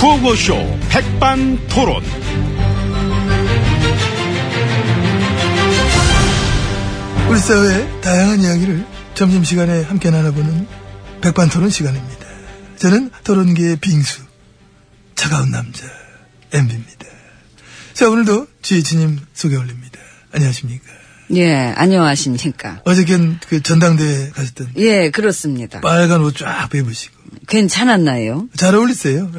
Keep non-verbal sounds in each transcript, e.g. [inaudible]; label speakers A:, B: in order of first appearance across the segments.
A: 구호쇼 백반토론.
B: 우리 사회의 다양한 이야기를 점심시간에 함께 나눠보는 백반토론 시간입니다. 저는 토론계의 빙수, 차가운 남자, 엠비입니다. 자, 오늘도 지혜진님 소개 올립니다. 안녕하십니까.
C: 예, 안녕하십니까.
B: 어저께는 그 전당대회 가셨던
C: 예, 그렇습니다.
B: 빨간 옷 쫙 입으시고
C: 괜찮았나요?
B: 잘 어울리세요.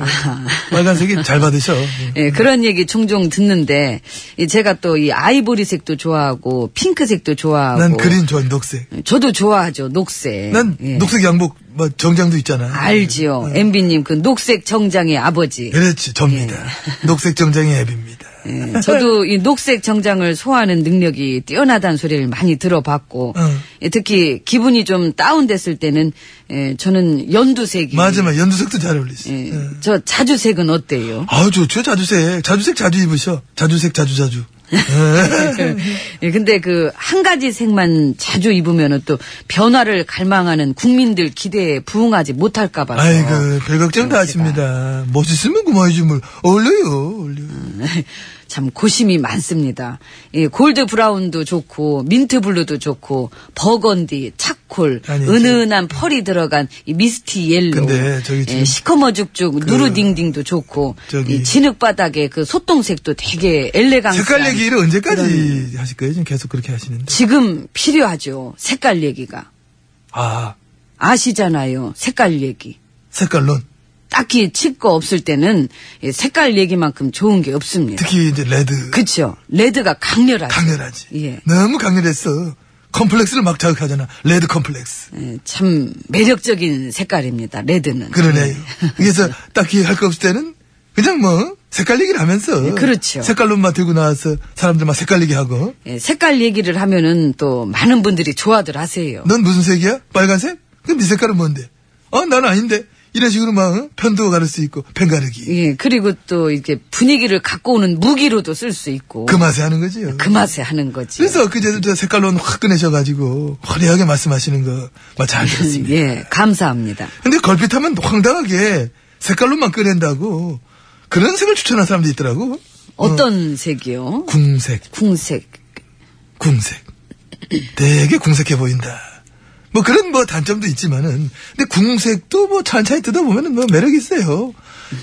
B: 빨간색이 잘 받으셔.
C: 아. 예, 그런 얘기 종종 듣는데, 이 제가 또 이 아이보리색도 좋아하고, 핑크색도 좋아하고.
B: 난 그린 좋아해, 녹색.
C: 저도 좋아하죠, 녹색.
B: 난
C: 예.
B: 녹색 양복, 막 정장도 있잖아.
C: 알지요.
B: 어.
C: 엠비님, 그 녹색 정장의 아버지.
B: 그렇지, 접니다. 녹색 정장의 앱입니다.
C: 예, 저도 이 녹색 정장을 소화하는 능력이 뛰어나다는 소리를 많이 들어봤고,
B: 응.
C: 예, 특히 기분이 좀 다운됐을 때는, 예, 저는 연두색이.
B: 음. 맞아, 맞아. 연두색도 잘 어울리시.
C: 예,
B: 예.
C: 저 자주색은 어때요?
B: 아우, 좋죠, 자주색. 자주색 자주 입으셔. 자주색 자주자주. 예.
C: [laughs] 예, 근데 그 한 가지 색만 자주 입으면 또 변화를 갈망하는 국민들 기대에 부응하지 못할까 봐서.
B: 아이고, 별 걱정 다 하십니다. 멋있으면 고마워야지, 뭘. 어울려요, 어울려요.
C: [laughs] 음, 참 고심이 많습니다. 예, 골드 브라운도 좋고 민트 블루도 좋고 버건디, 차콜,
B: 아니,
C: 은은한 펄이 들어간 이 미스티 옐로.
B: 근데 저기 지금 그
C: 예, 시커머죽죽 누르딩딩도 좋고
B: 저기-
C: 이 진흙바닥에 그 소똥색도 되게 엘레강스.
B: 색깔 얘기를 언제까지 하실 거예요? 지금 계속 그렇게 하시는데.
C: 지금 필요하죠. 색깔 얘기가.
B: 아,
C: 아시잖아요. 색깔 얘기.
B: 색깔론.
C: 딱히 칠거 없을 때는 예, 색깔 얘기만큼 좋은 게 없습니다.
B: 특히 이제 레드.
C: 예. 그쵸. 레드가 강렬하죠.
B: 강렬하지.
C: 예.
B: 너무 강렬했어. 컴플렉스를 막 자극하잖아. 레드 컴플렉스.
C: 예, 참 매력적인 색깔입니다. 레드는.
B: 그러네요.
C: [laughs]
B: 그래서 딱히 할 거 없을 때는 그냥 뭐 색깔 얘기를 하면서
C: 예, 그렇죠.
B: 색깔론만 들고 나와서 사람들 막 색깔 얘기하고
C: 예, 색깔 얘기를 하면은 또 많은 분들이 좋아들 하세요.
B: 넌 무슨 색이야? 빨간색? 그럼 네 색깔은 뭔데? 어, 난 아닌데. 이런 식으로 막 어? 편도 가를 수 있고 편가르기.
C: 예, 그리고 또 이렇게 분위기를 갖고 오는 무기로도 쓸 수 있고.
B: 그 맛에 하는 거지요.
C: 그 맛에 하는 거지.
B: 그래서 그제도 저 색깔론 확 꺼내셔가지고 화려하게 말씀하시는 거막잘 들었습니다.
C: 예, 감사합니다.
B: 근데 걸핏하면 황당하게 색깔로만 꺼낸다고 그런 색을 추천하는 사람도 있더라고.
C: 어떤 색이요?
B: 궁색,
C: 궁색.
B: 궁색. 되게 궁색해 보인다. 뭐 그런 뭐 단점도 있지만은 근데 궁색도 뭐 찬찬히 뜯어보면은 뭐 매력이 있어요.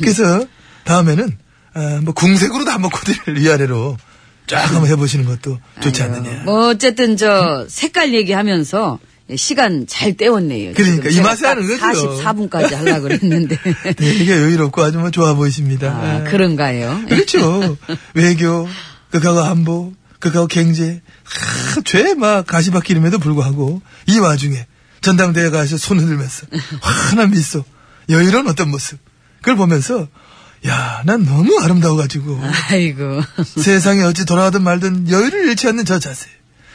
B: 그래서 다음에는 아, 뭐 궁색으로도 한번 코디를 위아래로 쫙 한번 해보시는 것도 좋지
C: 아유,
B: 않느냐.
C: 뭐 어쨌든 저 색깔 얘기하면서 시간 잘 때웠네요.
B: 그러니까 이 맛에 하는 거죠.
C: 44분까지 하려고
B: [laughs]
C: 그랬는데.
B: 되게 여유롭고 아주 뭐 좋아 보이십니다.
C: 아,
B: 예.
C: 그런가요?
B: 그렇죠. 외교, 극하고 한보, 극하고 경제, 하, 죄막 가시밭길임에도 불구하고 이 와중에 전당대회 가서 손 흔들면서 환한 미소, 여유로운 어떤 모습 그걸 보면서 야, 난 너무 아름다워가지고
C: 예. 아이고.
B: 세상에 어찌 돌아가든 말든 여유를 잃지 않는 저 자세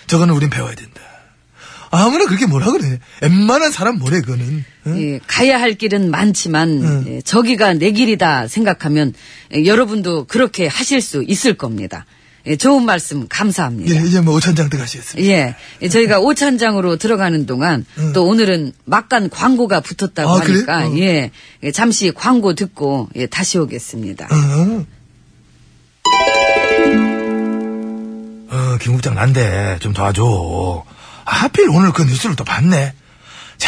B: 저거는 우린 배워야 된다. 아무나 그렇게 뭐라 그래. 웬만한 사람 뭐래 그거는. 어? 응?
C: 예, 가야 할 길은 많지만
B: 응.
C: 예, 저기가 내 길이다 생각하면 예, 여러분도 그렇게 하실 수 있을 겁니다. 예, 좋은 말씀 감사합니다.
B: 예, 이제 뭐 오천장 들어가시겠습니다.
C: 예, 예, 저희가 오찬장으로 들어가는 동안
B: 응.
C: 또 오늘은 막간 광고가 붙었다고
B: 아, 그래요?
C: 하니까
B: 어.
C: 예, 예, 잠시 광고 듣고 예, 다시 오겠습니다.
B: 어,
D: 어, 김 국장 난데 좀 도와줘. 하필 오늘 그 뉴스를 또 봤네.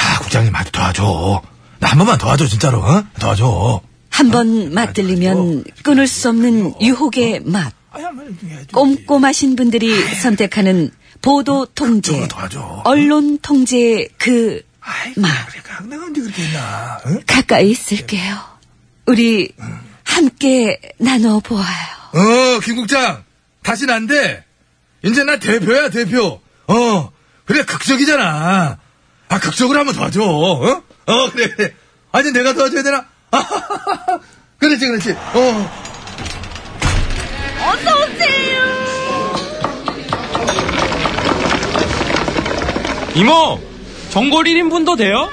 D: 자, 국장님 아주 도와줘. 나 한 번만 도와줘 진짜로. 어? 도와줘.
C: 한 번
B: 아,
C: 맛들리면 끊을 수 없는
B: 어,
C: 유혹의 맛.
D: 아야, 뭐 이렇게 해야지.
C: 꼼꼼하신 분들이
B: 아, 예.
C: 선택하는 보도 통제,
D: 그쪽으로
B: 어?
D: 도와줘.
C: 언론 통제의 그
D: 아이,
C: 마.
D: 그러니까 내가 언제 그렇게 했나? 응?
C: 가까이 있을게요. 우리 함께 나눠 보아요.
D: 어, 김 국장 다시 난데 이제 나 대표야 대표. 어, 그래 극적이잖아. 아, 극적으로 한번 도와줘. 어, 어 그래 그래. 아니 내가 도와줘야
B: [laughs]
D: 되나? 아, 그렇지 그렇지. 어.
A: 이모, 전골 1인분도 돼요?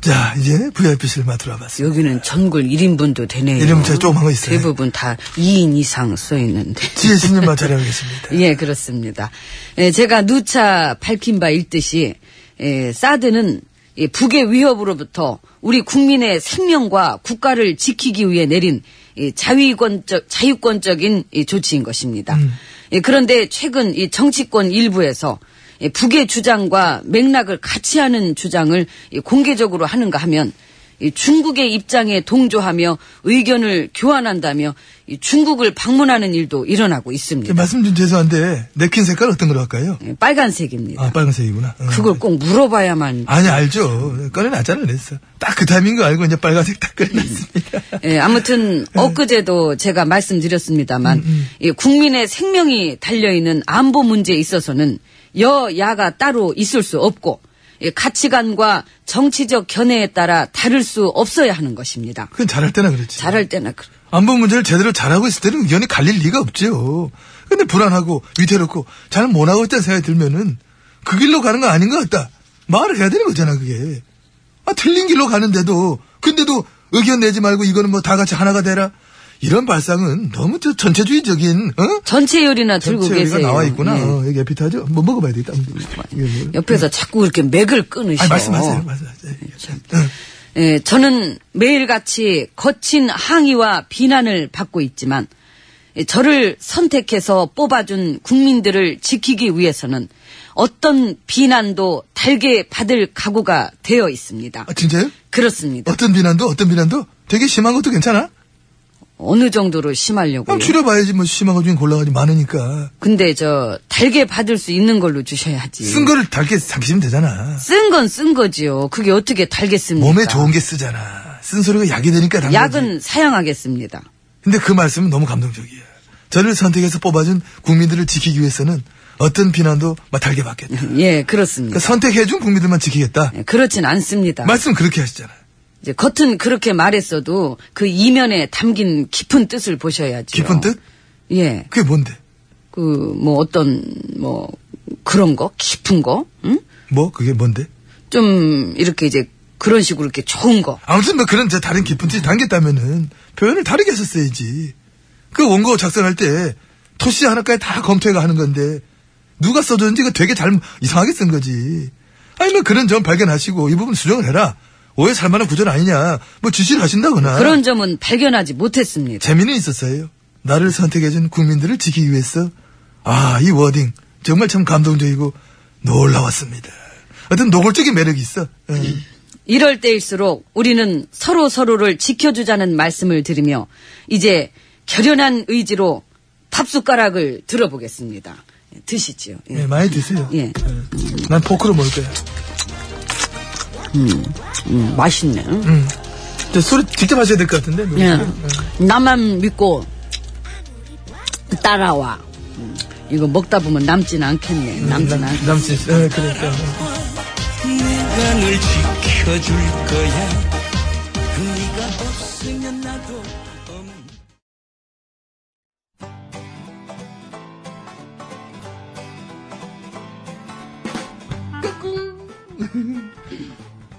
B: 자, 이제 VIP실 맡으러 와봤습니다.
C: 여기는 전골 1인분도 되네요.
B: 이름 제가 조그만 거 있어요.
C: 대부분 다 2인 이상 써 있는데.
B: 지혜씨님만 잘하고 계십니다.
C: 예, 그렇습니다. 예, 제가 누차 밝힌 바 있듯이 예, 사드는 이 북의 위협으로부터 우리 국민의 생명과 국가를 지키기 위해 내린 이 자위권적, 자유권적인 이 조치인 것입니다.
B: 음.
C: 예, 그런데 최근 이 정치권 일부에서 이 북의 주장과 맥락을 같이 하는 주장을 이 공개적으로 하는가 하면 이 중국의 입장에 동조하며 의견을 교환한다며 이 중국을 방문하는 일도 일어나고 있습니다.
B: 말씀 좀 죄송한데 냅킨 색깔 어떤 걸로 할까요?
C: 예, 빨간색입니다.
B: 아 빨간색이구나. 어.
C: 그걸 꼭 물어봐야만
B: 아니 알죠. 꺼내놨잖아요. 그랬어. 딱 그 타이밍인 거 알고 이제 빨간색 딱 꺼내놨습니다.
C: 예, 아무튼 엊그제도 제가 말씀드렸습니다만
B: 음,
C: 이 국민의 생명이 달려있는 안보 문제에 있어서는 여야가 따로 있을 수 없고 이 가치관과 정치적 견해에 따라 다를 수 없어야 하는 것입니다.
B: 그건 잘할 때나 그렇지.
C: 잘할 때나 그래.
B: 안보 문제를 제대로 잘하고 있을 때는 의견이 갈릴 리가 없죠. 근데 불안하고 위태롭고 잘 못하고 있다는 생각이 들면은 그 길로 가는 거 아닌 것 같다. 말을 해야 되는 거잖아 그게. 아 틀린 길로 가는데도 근데도 의견 내지 말고 이거는 뭐 다 같이 하나가 되라. 이런 발상은 너무 저 전체주의적인 어?
C: 전체 요리나 들고
B: 전체 의견
C: 계세요.
B: 나와 있구나.
C: 예.
B: 어, 여기 에피타죠. 뭐 먹어봐야 되겠다. 이게 뭐.
C: 옆에서 자꾸 이렇게 맥을 끊으시고.
B: 아니 말씀하세요. 말씀하세요.
C: 예, 저는 매일같이 거친 항의와 비난을 받고 있지만 예, 저를 선택해서 뽑아준 국민들을 지키기 위해서는 어떤 비난도 달게 받을 각오가 되어 있습니다.
B: 아 진짜요?
C: 그렇습니다.
B: 어떤 비난도 어떤 비난도 되게 심한 것도 괜찮아.
C: 어느 정도로 심하려고요.
B: 그럼 줄여봐야지 뭐 심한 것 중에 골라가지고 많으니까
C: 근데 저 달게 받을 수 있는 걸로 주셔야지.
B: 쓴 거를 달게 삼키시면 되잖아.
C: 쓴 건 쓴 거지요. 그게 어떻게 달겠습니까?
B: 몸에 좋은 게 쓰잖아. 쓴소리가 약이 되니까 단 거지.
C: 약은 사양하겠습니다.
B: 근데 그 말씀은 너무 감동적이야. 저를 선택해서 뽑아준 국민들을 지키기 위해서는 어떤 비난도 막 달게 받겠다.
C: 예, 그렇습니다.
B: 그러니까 선택해준 국민들만 지키겠다.
C: 예, 그렇진 않습니다.
B: 말씀 그렇게 하시잖아.
C: 이제 겉은 그렇게 말했어도 그 이면에 담긴 깊은 뜻을 보셔야죠.
B: 깊은 뜻?
C: 예.
B: 그게 뭔데?
C: 그 뭐 어떤 뭐 그런 거 깊은 거, 응?
B: 뭐 그게 뭔데?
C: 좀 이렇게 이제 그런 식으로 이렇게 좋은 거.
B: 아무튼 뭐 그런 저 다른 깊은 뜻이 담겼다면은 표현을 다르게 했었어야지. 그 원고 작성할 때 토시 하나까지 다 검토해가 하는 건데 누가 써줬는지 그 되게 잘 이상하게 쓴 거지. 아니면 뭐 그런 점 발견하시고 이 부분 수정을 해라. 오해 살 만한 구절 아니냐. 뭐 지시를 하신다거나.
C: 그런 점은 발견하지 못했습니다.
B: 재미는 있었어요. 나를 선택해준 국민들을 지키기 위해서. 아, 이 워딩. 정말 참 감동적이고 놀라웠습니다. 어떤 노골적인 매력이 있어. 어.
C: 이럴 때일수록 우리는 서로 서로를 지켜주자는 말씀을 드리며 이제 결연한 의지로 밥 숟가락을 들어보겠습니다. 예, 드시지요. 예.
B: 예, 많이 드세요.
C: 예.
B: 난 포크로 먹을 거야.
C: 음, 맛있네. 응?
B: 저 소리 직접 하셔야 될 것 같은데.
C: 예. 나만 믿고 따라와. 음, 이거 먹다 보면 남진 않겠네. 남진 않.
B: 남친 씨. 예, 그러니까.
E: 내가 널 지켜줄 거야. 네가 없으면 나도 없는.
B: 음. [laughs]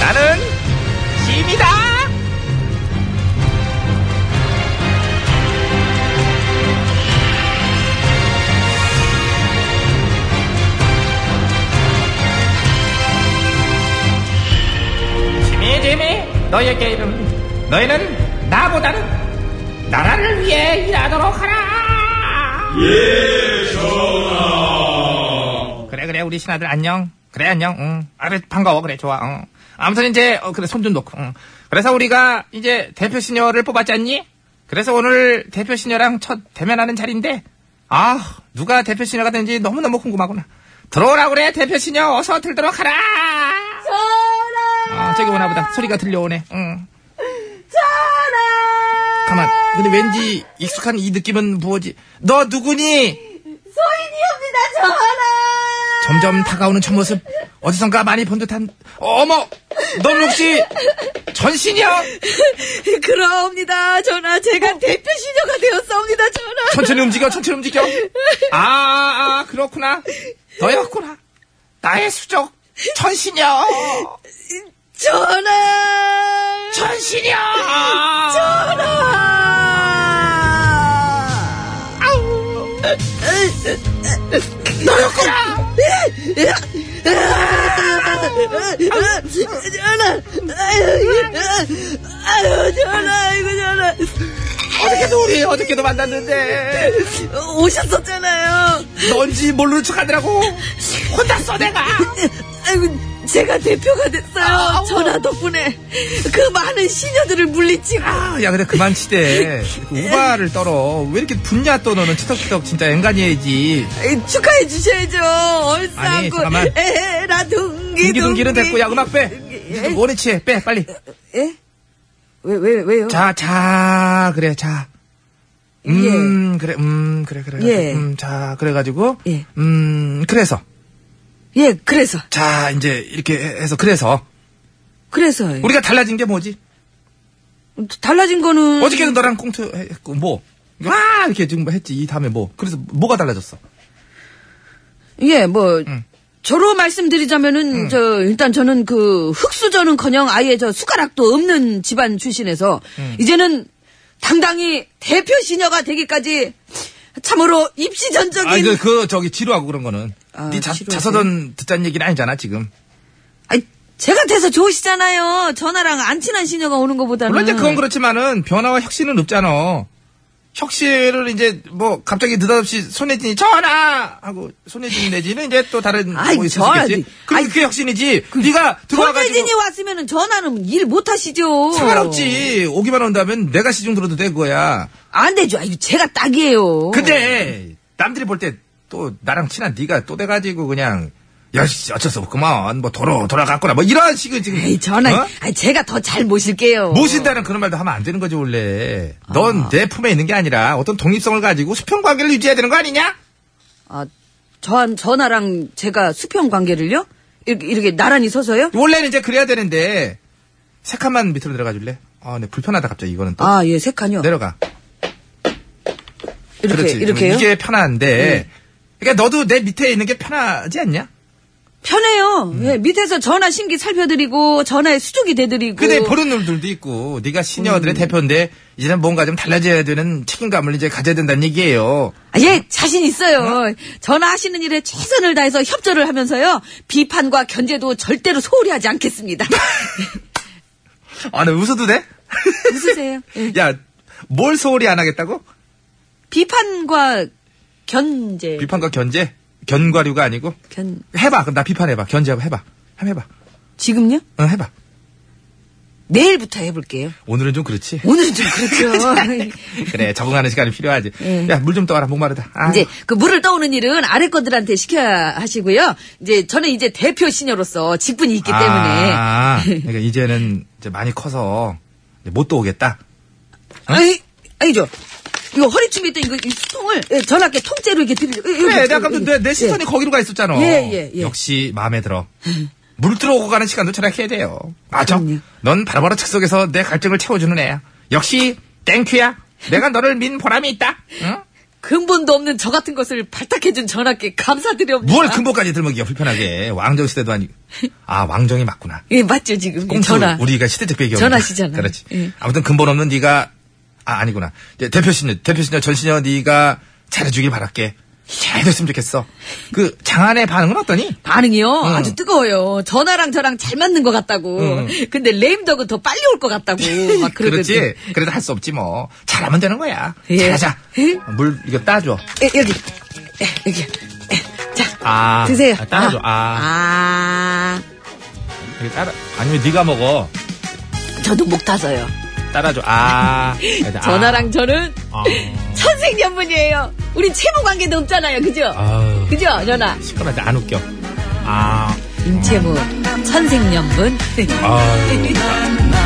A: 나는 짐이다. 짐이 짐이 너에게 이름 너희는 나보다는 나라를 위해 일하도록 하라.
F: 전하
A: 그래 우리 신하들 안녕 그래 안녕 응 그래 반가워 그래 좋아 응. 아무튼 이제 어, 그래 손 좀 놓고 응. 그래서 우리가 이제 대표 시녀를 뽑았지 않니? 그래서 오늘 대표 시녀랑 첫 대면하는 자리인데 아 누가 대표 시녀가 되는지 너무너무 궁금하구나 들어오라 그래 대표 시녀 어서 들도록 하라 아 저기 오나 보다 소리가 들려오네 응 가만 근데 왠지 익숙한 이 느낌은 무엇이 너 누구니?
F: 소인이옵니다 전하
A: 점점 다가오는 첫 모습 어디선가 많이 본 듯한 어머 넌 혹시 전신이야
F: 그러옵니다 전하 제가
A: 어.
F: 대표 시녀가 되었사옵니다 전하
A: 천천히 움직여 천천히 움직여 아, 아 그렇구나 너였구나 나의 수족 전신이야
F: 전하
A: 전신이야
F: 전하 너였구나 전하 아유 전하 이거 전하
A: 어저께도 우리 어저께도 만났는데
F: 오셨었잖아요
A: 넌지 모르는 척하더라고 혼났어 내가
F: 아이고 제가 대표가 됐어요
A: 아,
F: 전화 덕분에 그 많은 시녀들을 물리치고
A: 아, 야, 근데 그만 치대. 우바를 떨어. 왜 이렇게 분냐 또 너는 치덕치덕 진짜 앵간이지.
F: 에이, 축하해 주셔야죠
A: 아니,
F: 얼싸고
A: 잠깐만.
F: 에라 둥기
A: 둥기둥기는 됐고, 야, 음악 빼.
F: 예?
A: 원에 치해. 빼, 빨리.
F: 왜왜 왜요
A: 자, 자, 그래, 자. 음, 그래, 음, 그래, 그래.
F: 예.
A: 음, 자, 그래가지고.
F: 예.
A: 음, 그래서.
F: 예 그래서
A: 자, 이제 이렇게 해서, 그래서.
F: 그래서
A: 우리가 달라진 게 뭐지?
F: 달라진 거는
A: 어저께도 너랑 꽁트 했고, 뭐. 와! 이렇게 지금 뭐 했지. 이 다음에 뭐. 그래서 뭐가 달라졌어?
C: 예뭐
A: 응.
C: 저로 말씀드리자면은
A: 음.
C: 저 일단 저는 그 흙수저는커녕 아예 저 숟가락도 없는 집안 출신에서
A: 음.
C: 이제는 당당히 대표 시녀가 되기까지 참으로 입시전적인
A: 아, 그, 그, 저기, 지루하고 그런 거는.
C: 아,
A: 네 자,
C: 지루하지.
A: 자서전 듣자는 얘기는 아니잖아, 지금.
C: 아니, 제가 돼서 좋으시잖아요. 전화랑 안 친한 시녀가 오는 것보다는.
A: 물론 이제 그건 그렇지만은, 변화와 혁신은 없잖아. 혁신을 이제, 뭐, 갑자기 느닷없이 손혜진이 전화! 하고, 손혜진 내지는 이제 또 다른,
C: 아이,
A: 뭐, 있을 수
C: 전화,
A: 있겠지. 그럼
C: 아이,
A: 그게 혁신이지. 네가 들어와가지고.
C: 전혜진이 왔으면 전화는 일 못하시죠.
A: 상관없지. 오기만 온다면 내가 시중 들어도 될 거야.
C: 안 되죠. 아유, 제가 딱이에요.
A: 근데, 남들이 볼 때 또 나랑 친한 네가 또 돼가지고 그냥, 야, 씨, 어쩔 수 없구만. 뭐, 돌아, 돌아갔거나. 뭐, 이런 식의 지금.
C: 에이, 전화,
A: 어?
C: 아니, 제가 더 잘 모실게요.
A: 모신다는 그런 말도 하면 안 되는 거지 원래. 넌
C: 아.
A: 내 품에 있는 게 아니라 어떤 독립성을 가지고 수평 관계를 유지해야 되는 거 아니냐?
C: 아, 저한 전화랑 제가 수평 관계를요? 이렇게, 이렇게 나란히 서서요?
A: 원래는 이제 그래야 되는데 세 칸만 밑으로 내려가 줄래? 아, 네 불편하다 갑자기 이거는 또
C: 아, 예, 세 칸이요.
A: 내려가.
C: 이렇게,
A: 네, 그렇지.
C: 이렇게요? 네.
A: 이게 편한데. 그러니까 너도 내 밑에 있는 게 편하지 않냐?
C: 편해요.
A: 음.
C: 예, 밑에서 전화 신기 살펴드리고, 전화의 수족이 돼드리고.
A: 근데 보는 눈들도 있고 네가 시녀들의
C: 음.
A: 대표인데 이제는 뭔가 좀 달라져야 되는 책임감을 이제 가져야 된다는 얘기예요.
C: 아, 예, 자신 있어요. 전화하시는 일에 최선을 다해서 협조를 하면서요. 비판과 견제도 절대로 소홀히 하지
A: [laughs]
C: 않겠습니다.
A: 아, 나 웃어도 돼?
C: 웃으세요. 예.
A: 야, 뭘 소홀히 안 하겠다고?
C: 비판과 견제.
A: 비판과 견제? 견과류가 아니고?
C: 견,
A: 해봐. 그럼 나 비판해봐. 견제하고 해봐. 한번 해봐.
C: 지금요?
A: 응, 해봐.
C: 내일부터 해볼게요.
A: 오늘은 좀 그렇지.
C: 오늘은 좀 그렇죠.
A: [laughs] 그래, 적응하는 시간이 필요하지.
C: 예.
A: 야, 물 좀 떠와라. 목마르다. 아,
C: 이제 그 물을 떠오는 일은 아래 것들한테 시켜야 하시고요. 이제 저는 이제 대표 시녀로서 직분이 있기 때문에.
A: 아, 그러니까 이제는 이제 많이 커서 이제 못 떠오겠다.
C: 아니, 아니죠. 이거 허리춤에 있던 이거 이 통을 예, 전화께 통째로 이렇게 드리려고.
A: 그래, 내가 아까부터 내, 내 시선이 거기로 가 있었잖아.
C: 예, 예, 예.
A: 역시 마음에 들어. 물 들어오고 가는 시간도 절약해야 돼요. 맞아.
C: 그럼요.
A: 넌 바로바로 즉석에서 내 갈증을 채워주는 애야. 역시 땡큐야. 내가 너를 민 보람이 있다.
C: 아.
A: 응?
C: 근본도 없는 저 같은 것을 발탁해준 전학께 감사드려옵니다.
A: 뭘 근본까지 들먹이야 불편하게 왕정 시대도 아니고 아 왕정이 맞구나
C: 예, 맞죠, 지금.
A: 꽁트
C: 전화.
A: 우리가 시대적 배경
C: 전화시잖아요.
A: 그렇지
C: 예.
A: 아무튼 근본 없는 네가 아 아니구나 이제 대표 신녀 대표 신녀 전 신녀 네가 잘해주길 바랄게 잘 됐으면 좋겠어 그 장안의 반응은 어떠니
C: 반응이요? 아주 뜨거워요. 전화랑 저랑 잘 맞는 것 같다고. 근데 레임덕은 더 빨리 올 것 같다고. 막 그러던데.
A: 어. [laughs] 그렇지 그래도 할 수 없지 뭐 잘하면 되는 거야
C: 예.
A: 잘하자
C: 예?
A: 물 이거 따줘
C: 예, 여기. 예, 여기. 예, 자,
A: 아.
C: 드세요.
A: 아, 따라줘. 아.
C: 아,
A: 이렇게 따라. 아니면 네가 먹어.
C: 아, 저도 목 타서요.
A: 따라줘. 아. 그래서 아.
C: [laughs] 전화랑 저는
A: 아.
C: 천생연분이에요. 우리 채무 관계 높잖아요, 그죠?
A: 아우.
C: 그죠, 연아?
A: 시끄러워. 안 웃겨. 아.
C: 임채무 천생연분.
A: 아.